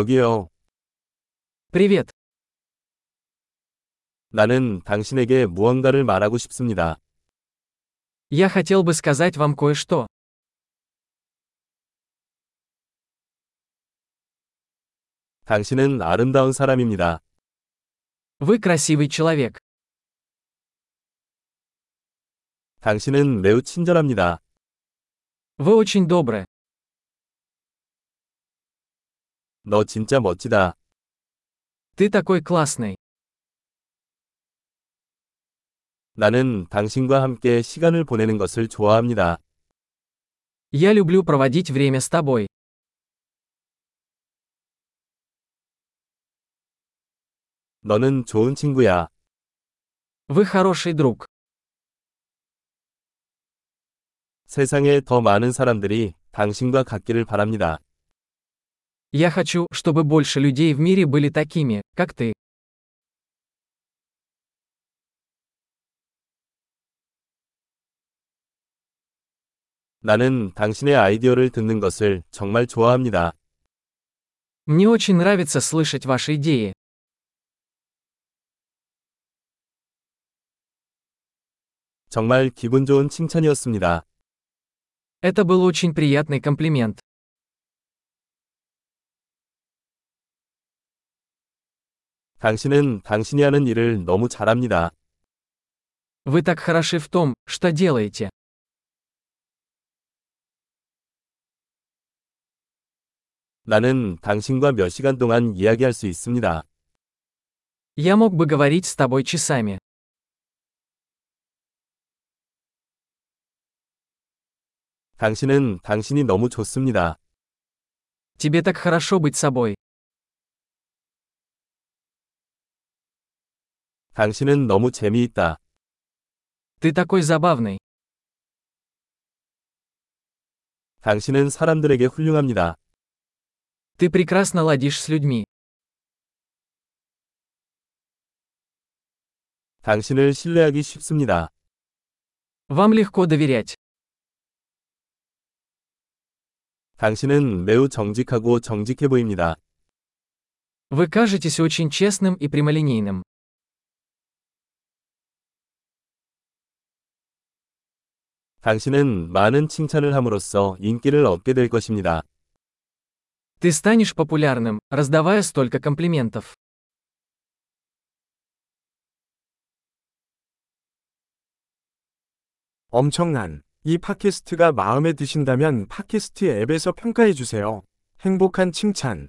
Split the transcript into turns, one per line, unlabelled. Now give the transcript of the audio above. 여기요.
Привет.
나는 당신에게 무언가를 말하고 싶습니다.
Я хотел бы сказать вам кое-что.
당신은 아름다운 사람입니다.
Вы красивый человек.
당신은 매우 친절합니다.
Вы очень добры.
너 진짜 멋지다.
Ты такой классный.
나는 당신과 함께 시간을 보내는 것을 좋아합니다.
Я люблю проводить время с тобой.
너는 좋은 친구야.
Вы хороший друг.
세상에 더 많은 사람들이 당신과 같기를 바랍니다.
Я хочу, чтобы больше людей в мире были такими, как ты.
나는 당신의 아이디어를 듣는 것을 정말 좋아합니다.
Мне очень нравится слышать ваши идеи.
정말 기분 좋은 칭찬이었습니다.
Это был очень приятный комплимент.
당신은 당신이 하는 일을 너무 잘합니다.
Вы так хороши в том, что делаете.
나는 당신과 몇 시간 동안 이야기할 수 있습니다.
Я мог бы говорить с тобой часами.
당신은 당신이 너무 좋습니다.
Тебе так хорошо быть собой.
당신은 너무 재미있다.
Ты такой забавный.
당신은 사람들에게 훌륭합니다.
Ты прекрасно ладишь с людьми.
당신을 신뢰하기 쉽습니다.
Вам легко доверять.
당신은 매우 정직하고 정직해 보입니다.
Вы кажетесь очень честным и прямолинейным.
당신은 많은 칭찬을 함으로써 인기를 얻게 될 것입니다.
Ты станешь популярным, раздавая столько комплиментов.
엄청난 이 팟캐스트가 마음에 드신다면 팟캐스트 앱에서 평가해 주세요. 행복한 칭찬